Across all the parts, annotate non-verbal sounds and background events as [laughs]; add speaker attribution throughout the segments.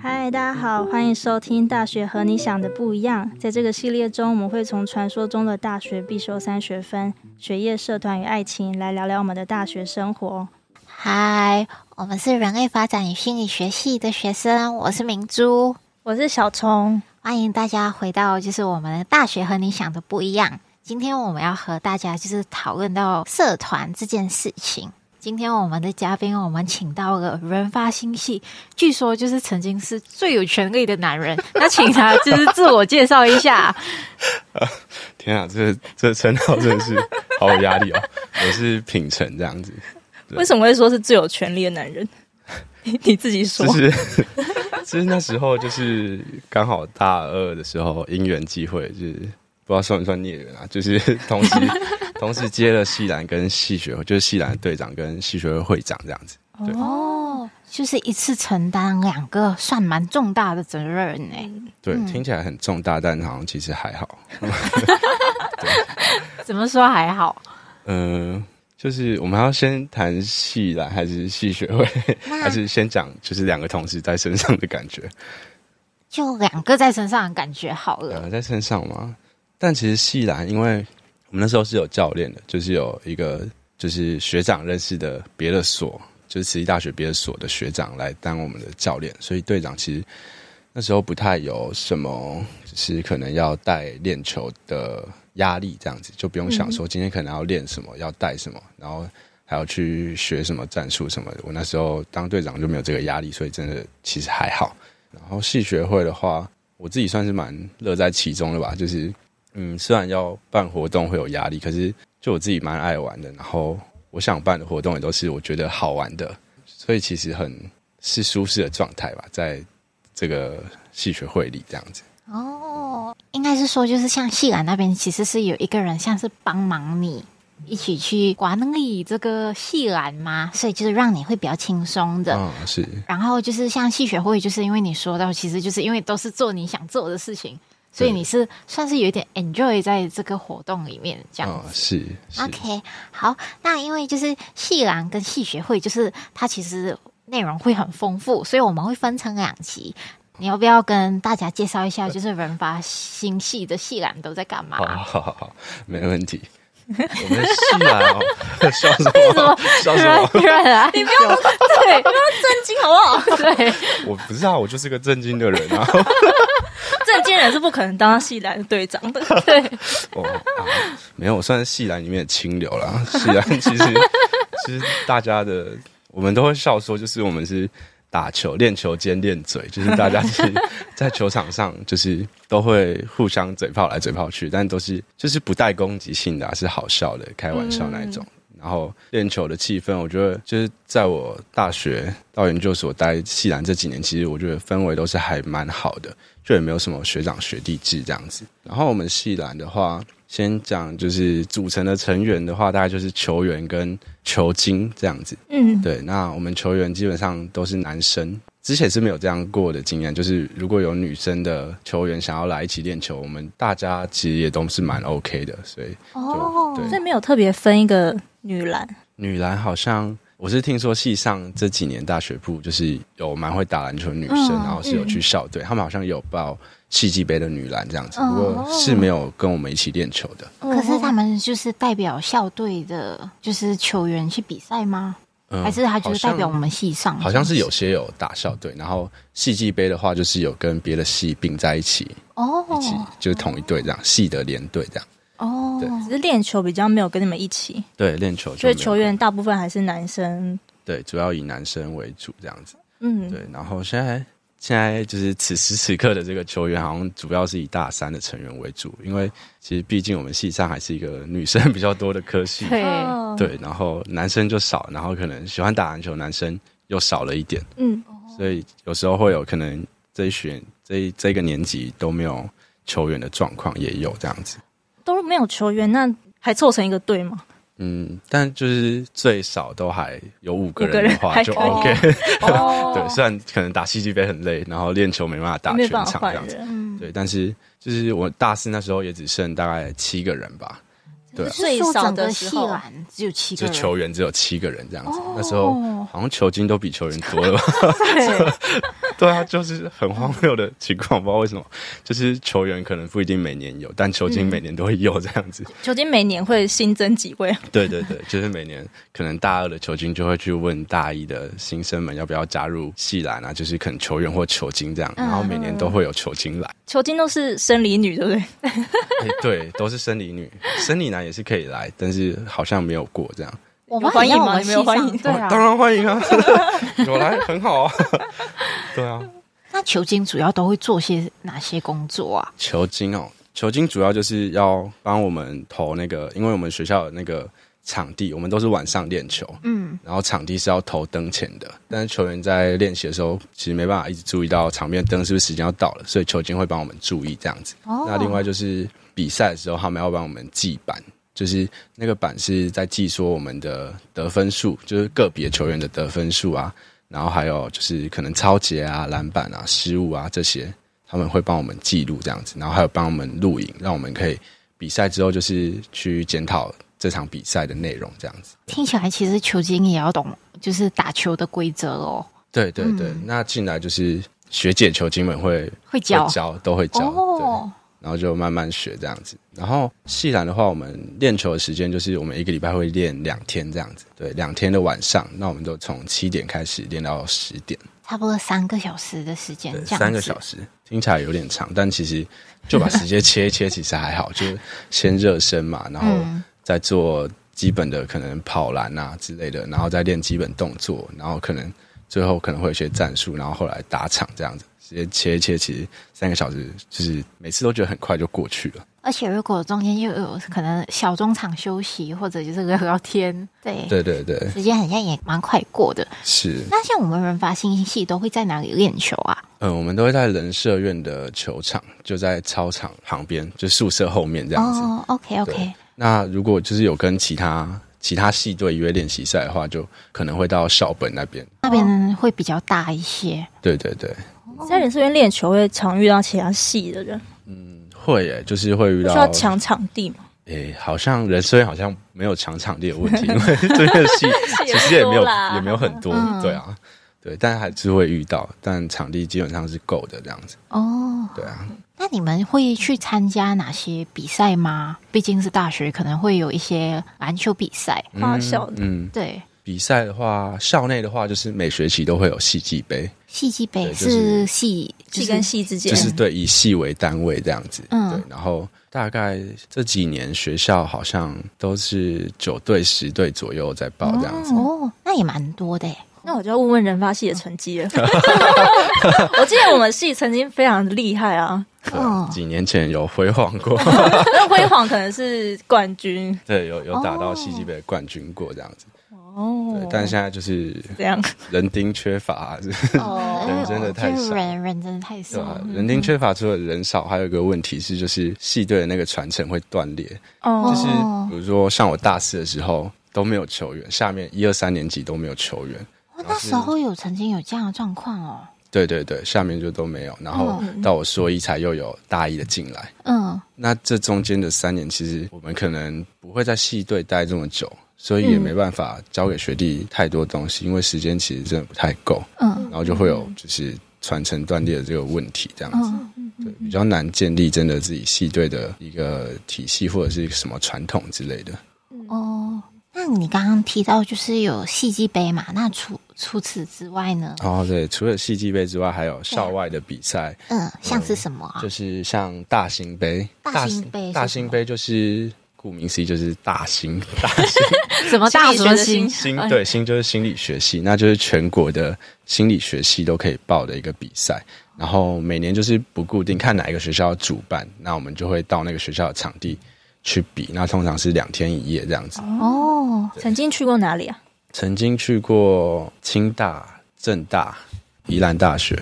Speaker 1: 嗨，大家好，欢迎收听《大学和你想的不一样》。在这个系列中，我们会从传说中的大学必修三学分、学业、社团与爱情来聊聊我们的大学生活。
Speaker 2: 嗨，我们是人类发展与心理学系的学生，我是明珠，
Speaker 1: 我是小虫，
Speaker 2: 欢迎大家回到就是我们的大学和你想的不一样。今天我们要和大家就是讨论到社团这件事情。今天我们的嘉宾，我们请到了人发星系，据说就是曾经是最有权力的男人。那请他就是自我介绍一下。
Speaker 3: 天啊，这这称号真的是好有压力哦！我是品成这样子，对啊
Speaker 1: 为什么会说是最有权力的男人？你你自己说
Speaker 3: 就。是就是那时候就是刚好大二的时候，因缘际会，就是不知道算不算孽缘啊，就是同时同时接了系篮跟系学会，就是系篮队长跟系学会会长这样子。
Speaker 2: 哦，就是一次承担两个算蛮重大的责任呢、
Speaker 3: 对，
Speaker 1: 嗯
Speaker 3: 听起来很重大，但好像其实还好。
Speaker 2: 怎么说还好？
Speaker 3: 嗯、就是我们还要先谈系篮还是系学会， [laughs] 还是先讲就是两个同事在身上的感觉？
Speaker 2: 就两个在身上的感觉好了。
Speaker 3: 呃，在身上嘛。但其实系篮，因为我们那时候是有教练的，就是有一个就是学长认识的别的所，就是慈济大学别的所的学长来当我们的教练，所以队长其实那时候不太有什么，就是可能要带练球的压力，这样子就不用想说今天可能要练什么，要带什么，然后。还要去学什么战术什么的，我那时候当队长就没有这个压力，所以真的其实还好。然后系学会的话，我自己算是蛮乐在其中的吧，就是嗯，虽然要办活动会有压力，可是就我自己蛮爱玩的，然后我想办的活动也都是我觉得好玩的，所以其实很是舒适的状态吧，在这个戏学会里这样子。
Speaker 2: 哦，应该是说就是像细兰那边其实是有一个人像是帮忙你一起去管理这个细兰嘛，所以就是让你会比较轻松的。
Speaker 3: 嗯，是
Speaker 2: 然后就是像戏学会，就是因为你说到，其实就是因为都是做你想做的事情，所以
Speaker 3: 对
Speaker 2: 你是算是有一点 enjoy 在这个活动里面这样
Speaker 3: 嗯，是是
Speaker 2: OK，好，那因为就是系篮跟系学会，就是它其实内容会很丰富，所以我们会分成两集。你要不要跟大家介绍一
Speaker 3: 呃
Speaker 2: 下，就是人发新系的系篮都在干嘛？
Speaker 3: 好
Speaker 2: [laughs]
Speaker 3: 好好好，没问题。我们系篮哦，笑什么？笑什么？
Speaker 1: [laughs]
Speaker 2: 然，你不要对
Speaker 1: 啊震惊好不好？ [laughs]
Speaker 2: 对，
Speaker 3: 我不知道，我就是个震惊的人啊。
Speaker 1: 正经人是不可能当系篮队长的。
Speaker 3: 哦、啊，没有，我算是戏篮里面的清流啦。 [laughs] 戏篮其实其实大家的，我们都会笑说，就是我们是打球练球兼练嘴，就是大家是在球场上就是都会互相嘴炮来嘴炮去，但都是就是不带攻击性的啊、是好笑的，开玩笑那一种。然后练球的气氛，我觉得就是在我大学到研究所待戏篮这几年，其实我觉得氛围都是还蛮好的。就也没有什么学长学弟制这样子。然后我们系篮的话，先讲就是组成的成员的话，大概就是球员跟球经这样子。
Speaker 1: [laughs] 嗯，
Speaker 3: 对，那我们球员基本上都是男生，之前是没有这样过的经验。就是如果有女生的球员想要来一起练球，我们大家其实也都是蛮 OK 的。所以
Speaker 2: 哦，
Speaker 3: 对
Speaker 1: 所以没有特别分一个女篮。
Speaker 3: 女篮好像我是听说系上这几年大学部就是有蛮会打篮球的女生，
Speaker 2: 嗯
Speaker 3: 然后是有去校队，他们好像有报系际杯的女篮这样子，
Speaker 2: 哦
Speaker 3: 不过是没有跟我们一起练球的。
Speaker 2: 可是他们就是代表校队的，就是球员去比赛吗？
Speaker 3: 嗯
Speaker 2: 还是他就是代表我
Speaker 3: 好像
Speaker 2: 们系上？
Speaker 3: 好像是有些有打校队，然后系际杯的话就是有跟别的系并在一起，
Speaker 2: 哦
Speaker 3: 一起就是同一队这样，系的连队这样。
Speaker 2: 哦，
Speaker 3: 对
Speaker 1: 只是练球比较没有跟你们一起，
Speaker 3: 对，练球就
Speaker 1: 所以
Speaker 3: 没有
Speaker 1: 球员大部分还是男生。
Speaker 3: 对主要以男生为主这样子。
Speaker 1: 嗯，
Speaker 3: 对，然后现在现在就是此时此刻的这个球员，好像主要是以大三的成员为主，因为其实毕竟我们系上还是一个女生比较多的科系，
Speaker 2: 对
Speaker 1: 哦，
Speaker 3: 对，然后男生就少，然后可能喜欢打篮球的男生又少了一点，
Speaker 1: 嗯，
Speaker 3: 所以有时候会有可能这一选这一这个年级都没有球员的状况也有这样子。
Speaker 1: 都没有球员，那还凑成一个队吗？
Speaker 3: 嗯，但就是最少都还有五个
Speaker 1: 五个
Speaker 3: 人的
Speaker 1: 人
Speaker 3: 话
Speaker 1: 还
Speaker 3: 就
Speaker 1: 可以
Speaker 3: OK。
Speaker 2: 哦
Speaker 3: [laughs] 对，虽然可能打戏剧杯很累，然后练球没办法打
Speaker 1: 没
Speaker 3: 全
Speaker 1: 有办
Speaker 3: 场
Speaker 1: 法换
Speaker 3: 这样子，
Speaker 1: 人，
Speaker 2: 嗯，
Speaker 3: 对，但是就是我大四那时候也只剩大概七个人吧，
Speaker 1: [laughs]
Speaker 3: 对啊
Speaker 1: 最少
Speaker 2: 整
Speaker 1: 的
Speaker 2: 个
Speaker 1: 时
Speaker 2: 戏
Speaker 1: 候啊
Speaker 2: 完只有七个人，
Speaker 3: 就球员只有七个人这样子。
Speaker 2: 嗯哦
Speaker 3: 那时候好像球精都比球员多了吧？ [laughs] 对啊，就是很荒谬的情况，不知道为什么，就是球员可能不一定每年有，但球精每年都会有这样子。
Speaker 1: 球精每年会新增几位，
Speaker 3: 对对对，就是每年可能大二的球精就会去问大一的新生们要不要加入系篮啊，就是可能球员或球精这样，然后每年都会有球精来。
Speaker 1: [laughs] 球精都是生理女，对不对？
Speaker 3: 哎，对，都是生理女，生理男也是可以来，但是好像没有过这样。
Speaker 2: 我
Speaker 1: 有
Speaker 2: 们
Speaker 1: 欢迎
Speaker 2: 我
Speaker 1: 吗
Speaker 2: 们
Speaker 1: 你没有
Speaker 2: 系上
Speaker 1: 欢迎
Speaker 2: 对
Speaker 3: 当
Speaker 2: 啊。
Speaker 3: 然欢迎啊， [laughs] 有来很好啊。 [laughs] 对啊，
Speaker 2: 那球精主要都会做些哪些工作啊？
Speaker 3: 球精哦，球精主要就是要帮我们投那个，因为我们学校有那个场地，我们都是晚上练球，
Speaker 2: 嗯，
Speaker 3: 然后场地是要投灯前的，但是球员在练习的时候，其实没办法一直注意到场边灯是不是时间要到了，所以球精会帮我们注意这样子。
Speaker 2: 哦
Speaker 3: 那另外就是比赛的时候，他们要帮我们记板，就是那个板是在记说我们的得分数，就是个别球员的得分数啊，然后还有就是可能超节啊、篮板啊、失误啊这些，他们会帮我们记录这样子，然后还有帮我们录影，让我们可以比赛之后就是去检讨这场比赛的内容这样子。
Speaker 2: 听起来其实球精也要懂，就是打球的规则哦，
Speaker 3: 对对对，那进来就是学姐球精们会
Speaker 2: 会
Speaker 3: 会
Speaker 2: 教
Speaker 3: 教，都会教，对，
Speaker 2: 哦，
Speaker 3: 然后就慢慢学这样子。然后细篮的话，我们练球的时间就是我们一个礼拜会练两天这样子，对，两天的晚上，那我们就从七点开始练到十点，
Speaker 2: 差不多三个小时的时间
Speaker 3: 对，，
Speaker 2: 这样
Speaker 3: 三个
Speaker 2: 子
Speaker 3: 小时，听起来有点长，但其实就把时间切一切，其实还好，就是先热身嘛，然后
Speaker 2: 嗯
Speaker 3: 再做基本的可能跑篮啊之类的，然后再练基本动作，然后可能最后可能会有一些战术，然后后来打场这样子，直接切一切，其实三个小时就是每次都觉得很快就过去了。
Speaker 2: 而且如果中间又有可能小中场休息，或者就是聊聊天，对，
Speaker 3: [laughs] 对对对，
Speaker 2: 时间好像也蛮快过的。
Speaker 3: 是，
Speaker 2: 那像我们人发信息系都会在哪里练球啊？
Speaker 3: 嗯，我们都会在人社院的球场，就在操场旁边，就宿舍后面这样子。
Speaker 2: 哦，OK
Speaker 3: 对
Speaker 2: OK，
Speaker 3: 那如果就是有跟其他其他系队约练习赛的话，就可能会到校本那边。
Speaker 2: 那边会比较大一些。
Speaker 3: 对对对，
Speaker 1: 在人这边练球会常遇到其他系的人，
Speaker 3: 会诶，就是会遇
Speaker 1: 不
Speaker 3: 到
Speaker 1: 需要抢场地 [laughs] 嘛？
Speaker 3: 诶、好像人虽然好像没有抢场地的问题，因为这个
Speaker 1: [laughs]
Speaker 3: 戏其实也没有也没有很多，
Speaker 2: 嗯
Speaker 3: 对啊，对，但还是会遇到，但场地基本上是够的这样子，
Speaker 2: 哦，
Speaker 3: 对啊，
Speaker 2: 那你们会去参加哪些比赛吗？毕竟是大学，可能会有一些篮球比赛。
Speaker 1: 花校的
Speaker 3: 嗯，
Speaker 2: 对，
Speaker 3: 比赛的话，校内的话就是每学期都会有戏剧杯，
Speaker 2: 戏剧杯
Speaker 3: 对就是
Speaker 2: 是戏
Speaker 1: 系
Speaker 2: 就是
Speaker 1: 跟系之间
Speaker 3: 就是对以系为单位这样子，
Speaker 2: 嗯
Speaker 3: 对，然后大概这几年学校好像都是九队十队左右在报这样子，
Speaker 2: 哦，那也蛮多的耶。
Speaker 1: 那我就要问问人发系的成绩
Speaker 3: [laughs]
Speaker 1: 了。 [laughs] 我记得我们系曾经非常厉害啊，
Speaker 3: 对啊
Speaker 2: 哦
Speaker 3: 几年前有辉煌过，
Speaker 1: 那辉煌可能是冠军
Speaker 3: 对，有有打到戏剧杯的冠军过这样子。
Speaker 1: 哦
Speaker 3: 对，但现在就是
Speaker 1: 这样
Speaker 3: 人丁缺乏，是
Speaker 1: 哦
Speaker 3: 人真的太少
Speaker 2: 哎就是人人真的太少
Speaker 3: [laughs] 对。啊吧？人丁缺乏，除了人少，还有一个问题是，就是系队的那个传承会断裂。
Speaker 1: 哦
Speaker 3: 就
Speaker 2: 就是哦
Speaker 3: 比如说，像我大四的时候都没有球员，下面一二三年级都没有球员。
Speaker 2: 哦那时候有曾经有这样的状况哦。
Speaker 3: 对对对，下面就都没有。然后到我硕一才又有大一的进来。
Speaker 2: 嗯，
Speaker 3: 那这中间的三年，其实我们可能不会在系队待这么久，所以也没办法教给学弟太多东西，因为时间其实真的不太够。
Speaker 2: 嗯，
Speaker 3: 然后就会有就是传承断裂的这个问题，这样子。
Speaker 2: 嗯
Speaker 3: 对，比较难建立真的自己系队的一个体系或者是什么传统之类的。
Speaker 2: 哦，那你刚刚提到就是有戏剧杯嘛？那除除此之外呢？
Speaker 3: 哦，对，除了戏剧杯之外，还有校外的比赛，
Speaker 2: 嗯，像是什么啊
Speaker 3: 就？是像大型杯，
Speaker 2: 大型杯是什么
Speaker 3: 大型杯就是顾名思义就是大
Speaker 2: [laughs]
Speaker 3: 型，大型
Speaker 2: 什么大什
Speaker 1: 心理学
Speaker 2: 么
Speaker 1: 的
Speaker 2: 星？
Speaker 3: 心对心就是心理学系，那就是全国的心理学系都可以报的一个比赛。然后每年就是不固定，看哪一个学校主办，那我们就会到那个学校的场地去比。那通常是两天一夜这样子。
Speaker 2: 哦，
Speaker 1: 曾经去过哪里啊？
Speaker 3: 曾经去过清大、政大、宜兰大学，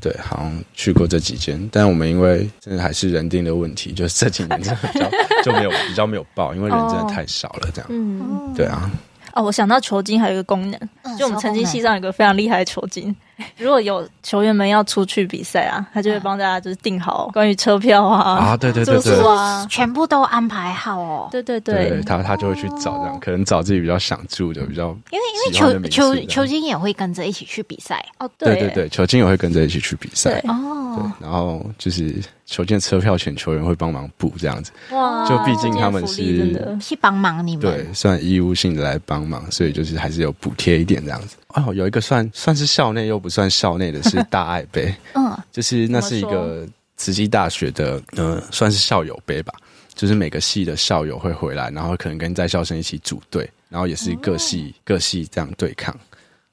Speaker 3: 对，好像去过这几间，但我们因为真的还是人定的问题，就是这几年真的比较就没有比较没有报，因为人真的太少了，这样。
Speaker 1: 嗯，
Speaker 3: 对啊，
Speaker 1: 哦，我想到球精还有一个功能，
Speaker 2: 嗯
Speaker 1: 就我们曾经
Speaker 2: 超
Speaker 1: 系
Speaker 2: 红
Speaker 1: 上有个非常厉害的球精，如果有球员们要出去比赛啊，他就会帮大家就是订好关于车票啊、
Speaker 3: 啊，对对对
Speaker 1: 住
Speaker 3: 对
Speaker 1: 宿
Speaker 3: 对，
Speaker 1: 啊
Speaker 2: 的，全部都安排好哦。
Speaker 1: 对对
Speaker 3: 对
Speaker 1: 对，
Speaker 3: 他他就会去找这样，可能找自己比较想住的，比较
Speaker 2: 因为因为
Speaker 3: 喜欢
Speaker 2: 球
Speaker 3: 的明星这
Speaker 2: 球
Speaker 3: 样
Speaker 2: 球星也会跟着一起去比赛
Speaker 1: 哦
Speaker 3: 对对对，球精也会跟着一起去比赛
Speaker 1: 对。
Speaker 3: 对
Speaker 2: 哦，，
Speaker 3: 然后就是球见车票钱，球员会帮忙补这样子。
Speaker 1: 哇，
Speaker 3: 就毕竟他们
Speaker 1: 这件福利真的
Speaker 3: 是
Speaker 2: 去帮忙你们。
Speaker 3: 对，算义务性的来帮忙，所以就是还是有补贴一点这样子。哦，有一个算算是校内又不算校内的是大爱杯，
Speaker 1: [laughs]
Speaker 2: 嗯，
Speaker 3: 就是那是一
Speaker 1: 怎么
Speaker 3: 个慈济大学的，呃，算是校友杯吧。就是每个系的校友会回来，然后可能跟在校生一起组队，然后也是各系、各系这样对抗。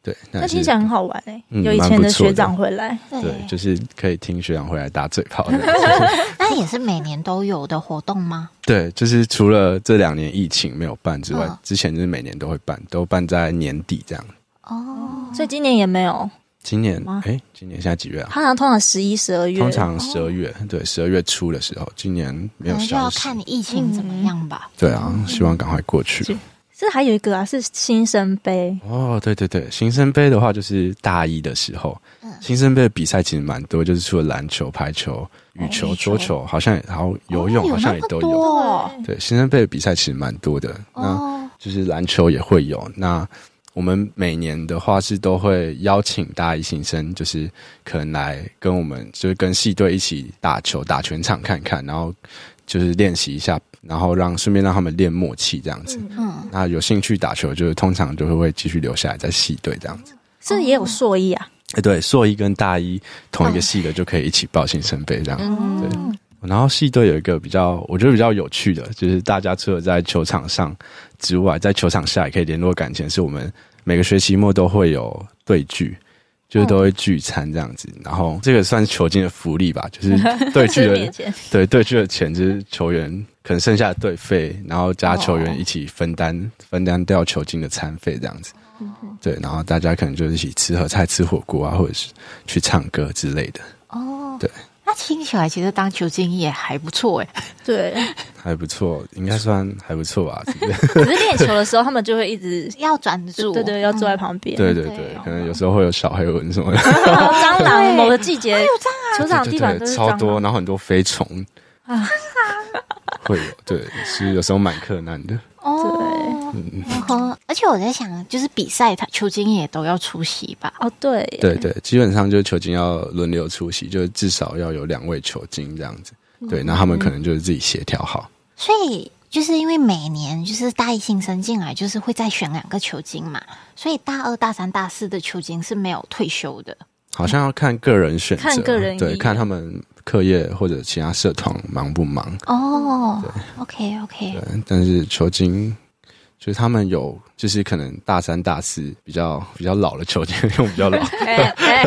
Speaker 3: 对，
Speaker 1: 哦那
Speaker 3: 那
Speaker 1: 听
Speaker 3: 是
Speaker 1: 起来很好玩诶、
Speaker 3: 嗯
Speaker 1: 有以前的学长回来，
Speaker 3: 对，
Speaker 2: 对，
Speaker 3: 就是可以听学长回来打嘴炮
Speaker 1: [laughs]
Speaker 3: 这样子。
Speaker 2: 那也是每年都有的活动吗？
Speaker 3: 对，就是除了这两年疫情没有办之外，
Speaker 2: 嗯
Speaker 3: 之前就是每年都会办，都办在年底这样。
Speaker 2: 哦，
Speaker 1: 所以今年也没有。
Speaker 3: 今年
Speaker 1: 哇
Speaker 3: 哎、今年现在几月啊？
Speaker 1: 他好像通常十一、十二月，
Speaker 3: 通常十二月，对，十二月初的时候，今年
Speaker 2: 哦可
Speaker 3: 没有
Speaker 2: 能就要
Speaker 3: 消息。
Speaker 2: 看嗯疫情怎么样吧。
Speaker 3: 对啊，希望赶快过去
Speaker 1: 是。是还有一个啊，是新生杯，
Speaker 3: 哦，对对对，新生杯的话就是大一的时候，
Speaker 2: 嗯
Speaker 3: 新生杯的比赛其实蛮多，就是除了篮球、排球、羽球、
Speaker 2: 哦羽球
Speaker 3: 桌球，好像也然后嗯游泳
Speaker 2: 哦有
Speaker 3: 好像也
Speaker 2: 那么
Speaker 3: 都
Speaker 2: 多
Speaker 3: 有。
Speaker 2: 哦
Speaker 3: 对，新生杯的比赛其实蛮多的。那
Speaker 2: 哦，
Speaker 3: 就是篮球也会有。那我们每年的话是都会邀请大一新生，就是可能来跟我们，就是跟系队一起打球、打全场看看，然后就是练习一下，然后让顺便让他们练默契这样子。
Speaker 2: 嗯，
Speaker 3: 那有兴趣打球，就是通常就会会继续留下来在系队这样子。
Speaker 1: 是不是也有硕一啊？
Speaker 3: 哎，对，硕一跟大一同
Speaker 1: 哦
Speaker 3: 一个系的就可以一起报新生杯这样。
Speaker 2: 嗯，
Speaker 3: 然后系队有一个比较，我觉得比较有趣的，就是大家除了在球场上之外，在球场下也可以联络感情，是我们每个学期末都会有对聚，就是
Speaker 1: 嗯
Speaker 3: 都会聚餐这样子。然后这个算是球精的福利吧，就是对聚
Speaker 1: [laughs] 就是
Speaker 3: 的
Speaker 1: 免钱，
Speaker 3: [laughs] 对对聚的钱就是球员可能剩下的队费，然后加球
Speaker 1: 哦
Speaker 3: 员一起分担、分担掉球精的餐费这样子。
Speaker 1: 嗯
Speaker 3: 对，然后大家可能就是一起吃合菜、吃火锅啊，或者是去唱歌之类的，
Speaker 2: 哦，
Speaker 3: 对。
Speaker 2: 那听起来其实当球经也还不错哎。
Speaker 1: 对，
Speaker 3: 还不错，应该算还不错吧。
Speaker 1: 只是练球的时候，他们就会一直
Speaker 2: [laughs]
Speaker 1: 嗯
Speaker 2: 要专注，
Speaker 1: 对对，要坐在旁边。
Speaker 3: [laughs] 对对
Speaker 2: 对
Speaker 1: [laughs]
Speaker 3: 对
Speaker 2: 哦，
Speaker 3: 可能有时候会有小黑蚊什么的，
Speaker 1: 然后哦蟑螂某个季节有哎蟑螂，球
Speaker 3: [laughs]
Speaker 1: 场
Speaker 3: 对
Speaker 1: 啊地板
Speaker 3: 对
Speaker 1: 都
Speaker 3: 对，
Speaker 1: 是
Speaker 3: 超
Speaker 1: 蟑
Speaker 3: 多，
Speaker 1: 螂。
Speaker 3: 然后很多飞虫
Speaker 1: 啊，
Speaker 3: 会有，对，是有时候蛮困难的。
Speaker 2: 哦，嗯哼而且我在想，就是比赛，他球经也都要出席吧？
Speaker 1: 哦，对，
Speaker 3: 对对，基本上就是球精要轮流出席，就是至少要有两位球精这样子。对，那他们可能就是自己协调好。
Speaker 2: 所以就是因为每年就是大一新生进来，就是会再选两个球经嘛，所以大二、大三、大四的球经是没有退休的。
Speaker 3: 好像要看个人选择，
Speaker 1: 看个人意
Speaker 3: 对，
Speaker 1: 愿
Speaker 3: 看他们课业或者其他社团忙不忙。
Speaker 2: 哦，OK OK，
Speaker 3: 对，但是球精就是他们有，就是可能大三、大四比较比较老的球精，用比较
Speaker 1: [laughs]
Speaker 3: 老，
Speaker 1: 哎哎，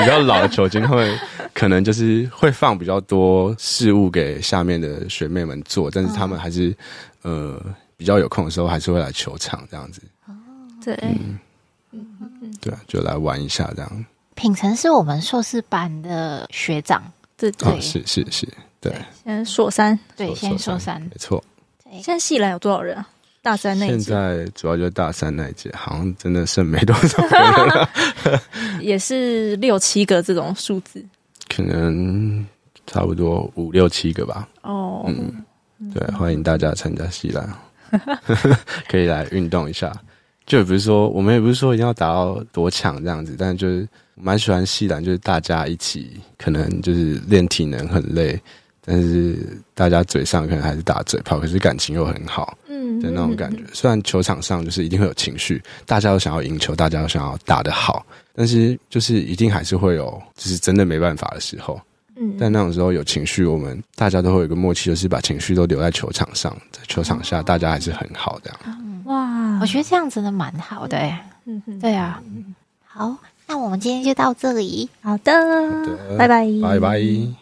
Speaker 3: 比较老的球精，他们可能就是会放比较多事物给下面的学妹们做，但是他们还是、呃比较有空的时候，还是会来球场这样子，
Speaker 1: 对，
Speaker 3: 嗯对啊，就来玩一下这样。
Speaker 2: 品成是我们硕士班的学长，
Speaker 1: 对
Speaker 3: 啊，
Speaker 1: 对，
Speaker 3: 是是是，对，
Speaker 1: 现在硕三，
Speaker 2: 对，
Speaker 3: 硕
Speaker 2: 现在硕
Speaker 3: 硕
Speaker 2: 三
Speaker 3: 没，错。
Speaker 2: 对
Speaker 1: 现，在系来有多少人啊？大三那一
Speaker 3: 现
Speaker 1: 届
Speaker 3: 在主要就是大三那一届，好像真的剩没多
Speaker 1: [laughs]
Speaker 3: 少，
Speaker 1: 也是六七个这种数字
Speaker 3: 可能差不多五六七个吧。
Speaker 1: 哦。
Speaker 3: 嗯对，欢迎大家参加西兰， [laughs] 可以来运动一下。就也不是说我们也不是说一定要打到多强这样子，但就是蛮喜欢西兰，就是大家一起，可能就是练体能很累，但是大家嘴上可能还是打嘴炮，可是感情又很好
Speaker 1: 嗯
Speaker 3: 的那种感觉。虽然球场上就是一定会有情绪，大家都想要赢球，大家都想要打得好，但是就是一定还是会有，就是真的没办法的时候。
Speaker 1: 嗯，
Speaker 3: 但那种时候有情绪，我们大家都会有一个默契，就是把情绪都留在球场上，在球场
Speaker 1: 哦
Speaker 3: 下大家还是很好这样。
Speaker 1: 哇
Speaker 2: 我，觉得这样真的蛮好的欸。
Speaker 1: 嗯嗯
Speaker 2: 对啊，好，那我们今天就到这里。
Speaker 1: 好的，拜拜，
Speaker 3: 拜拜。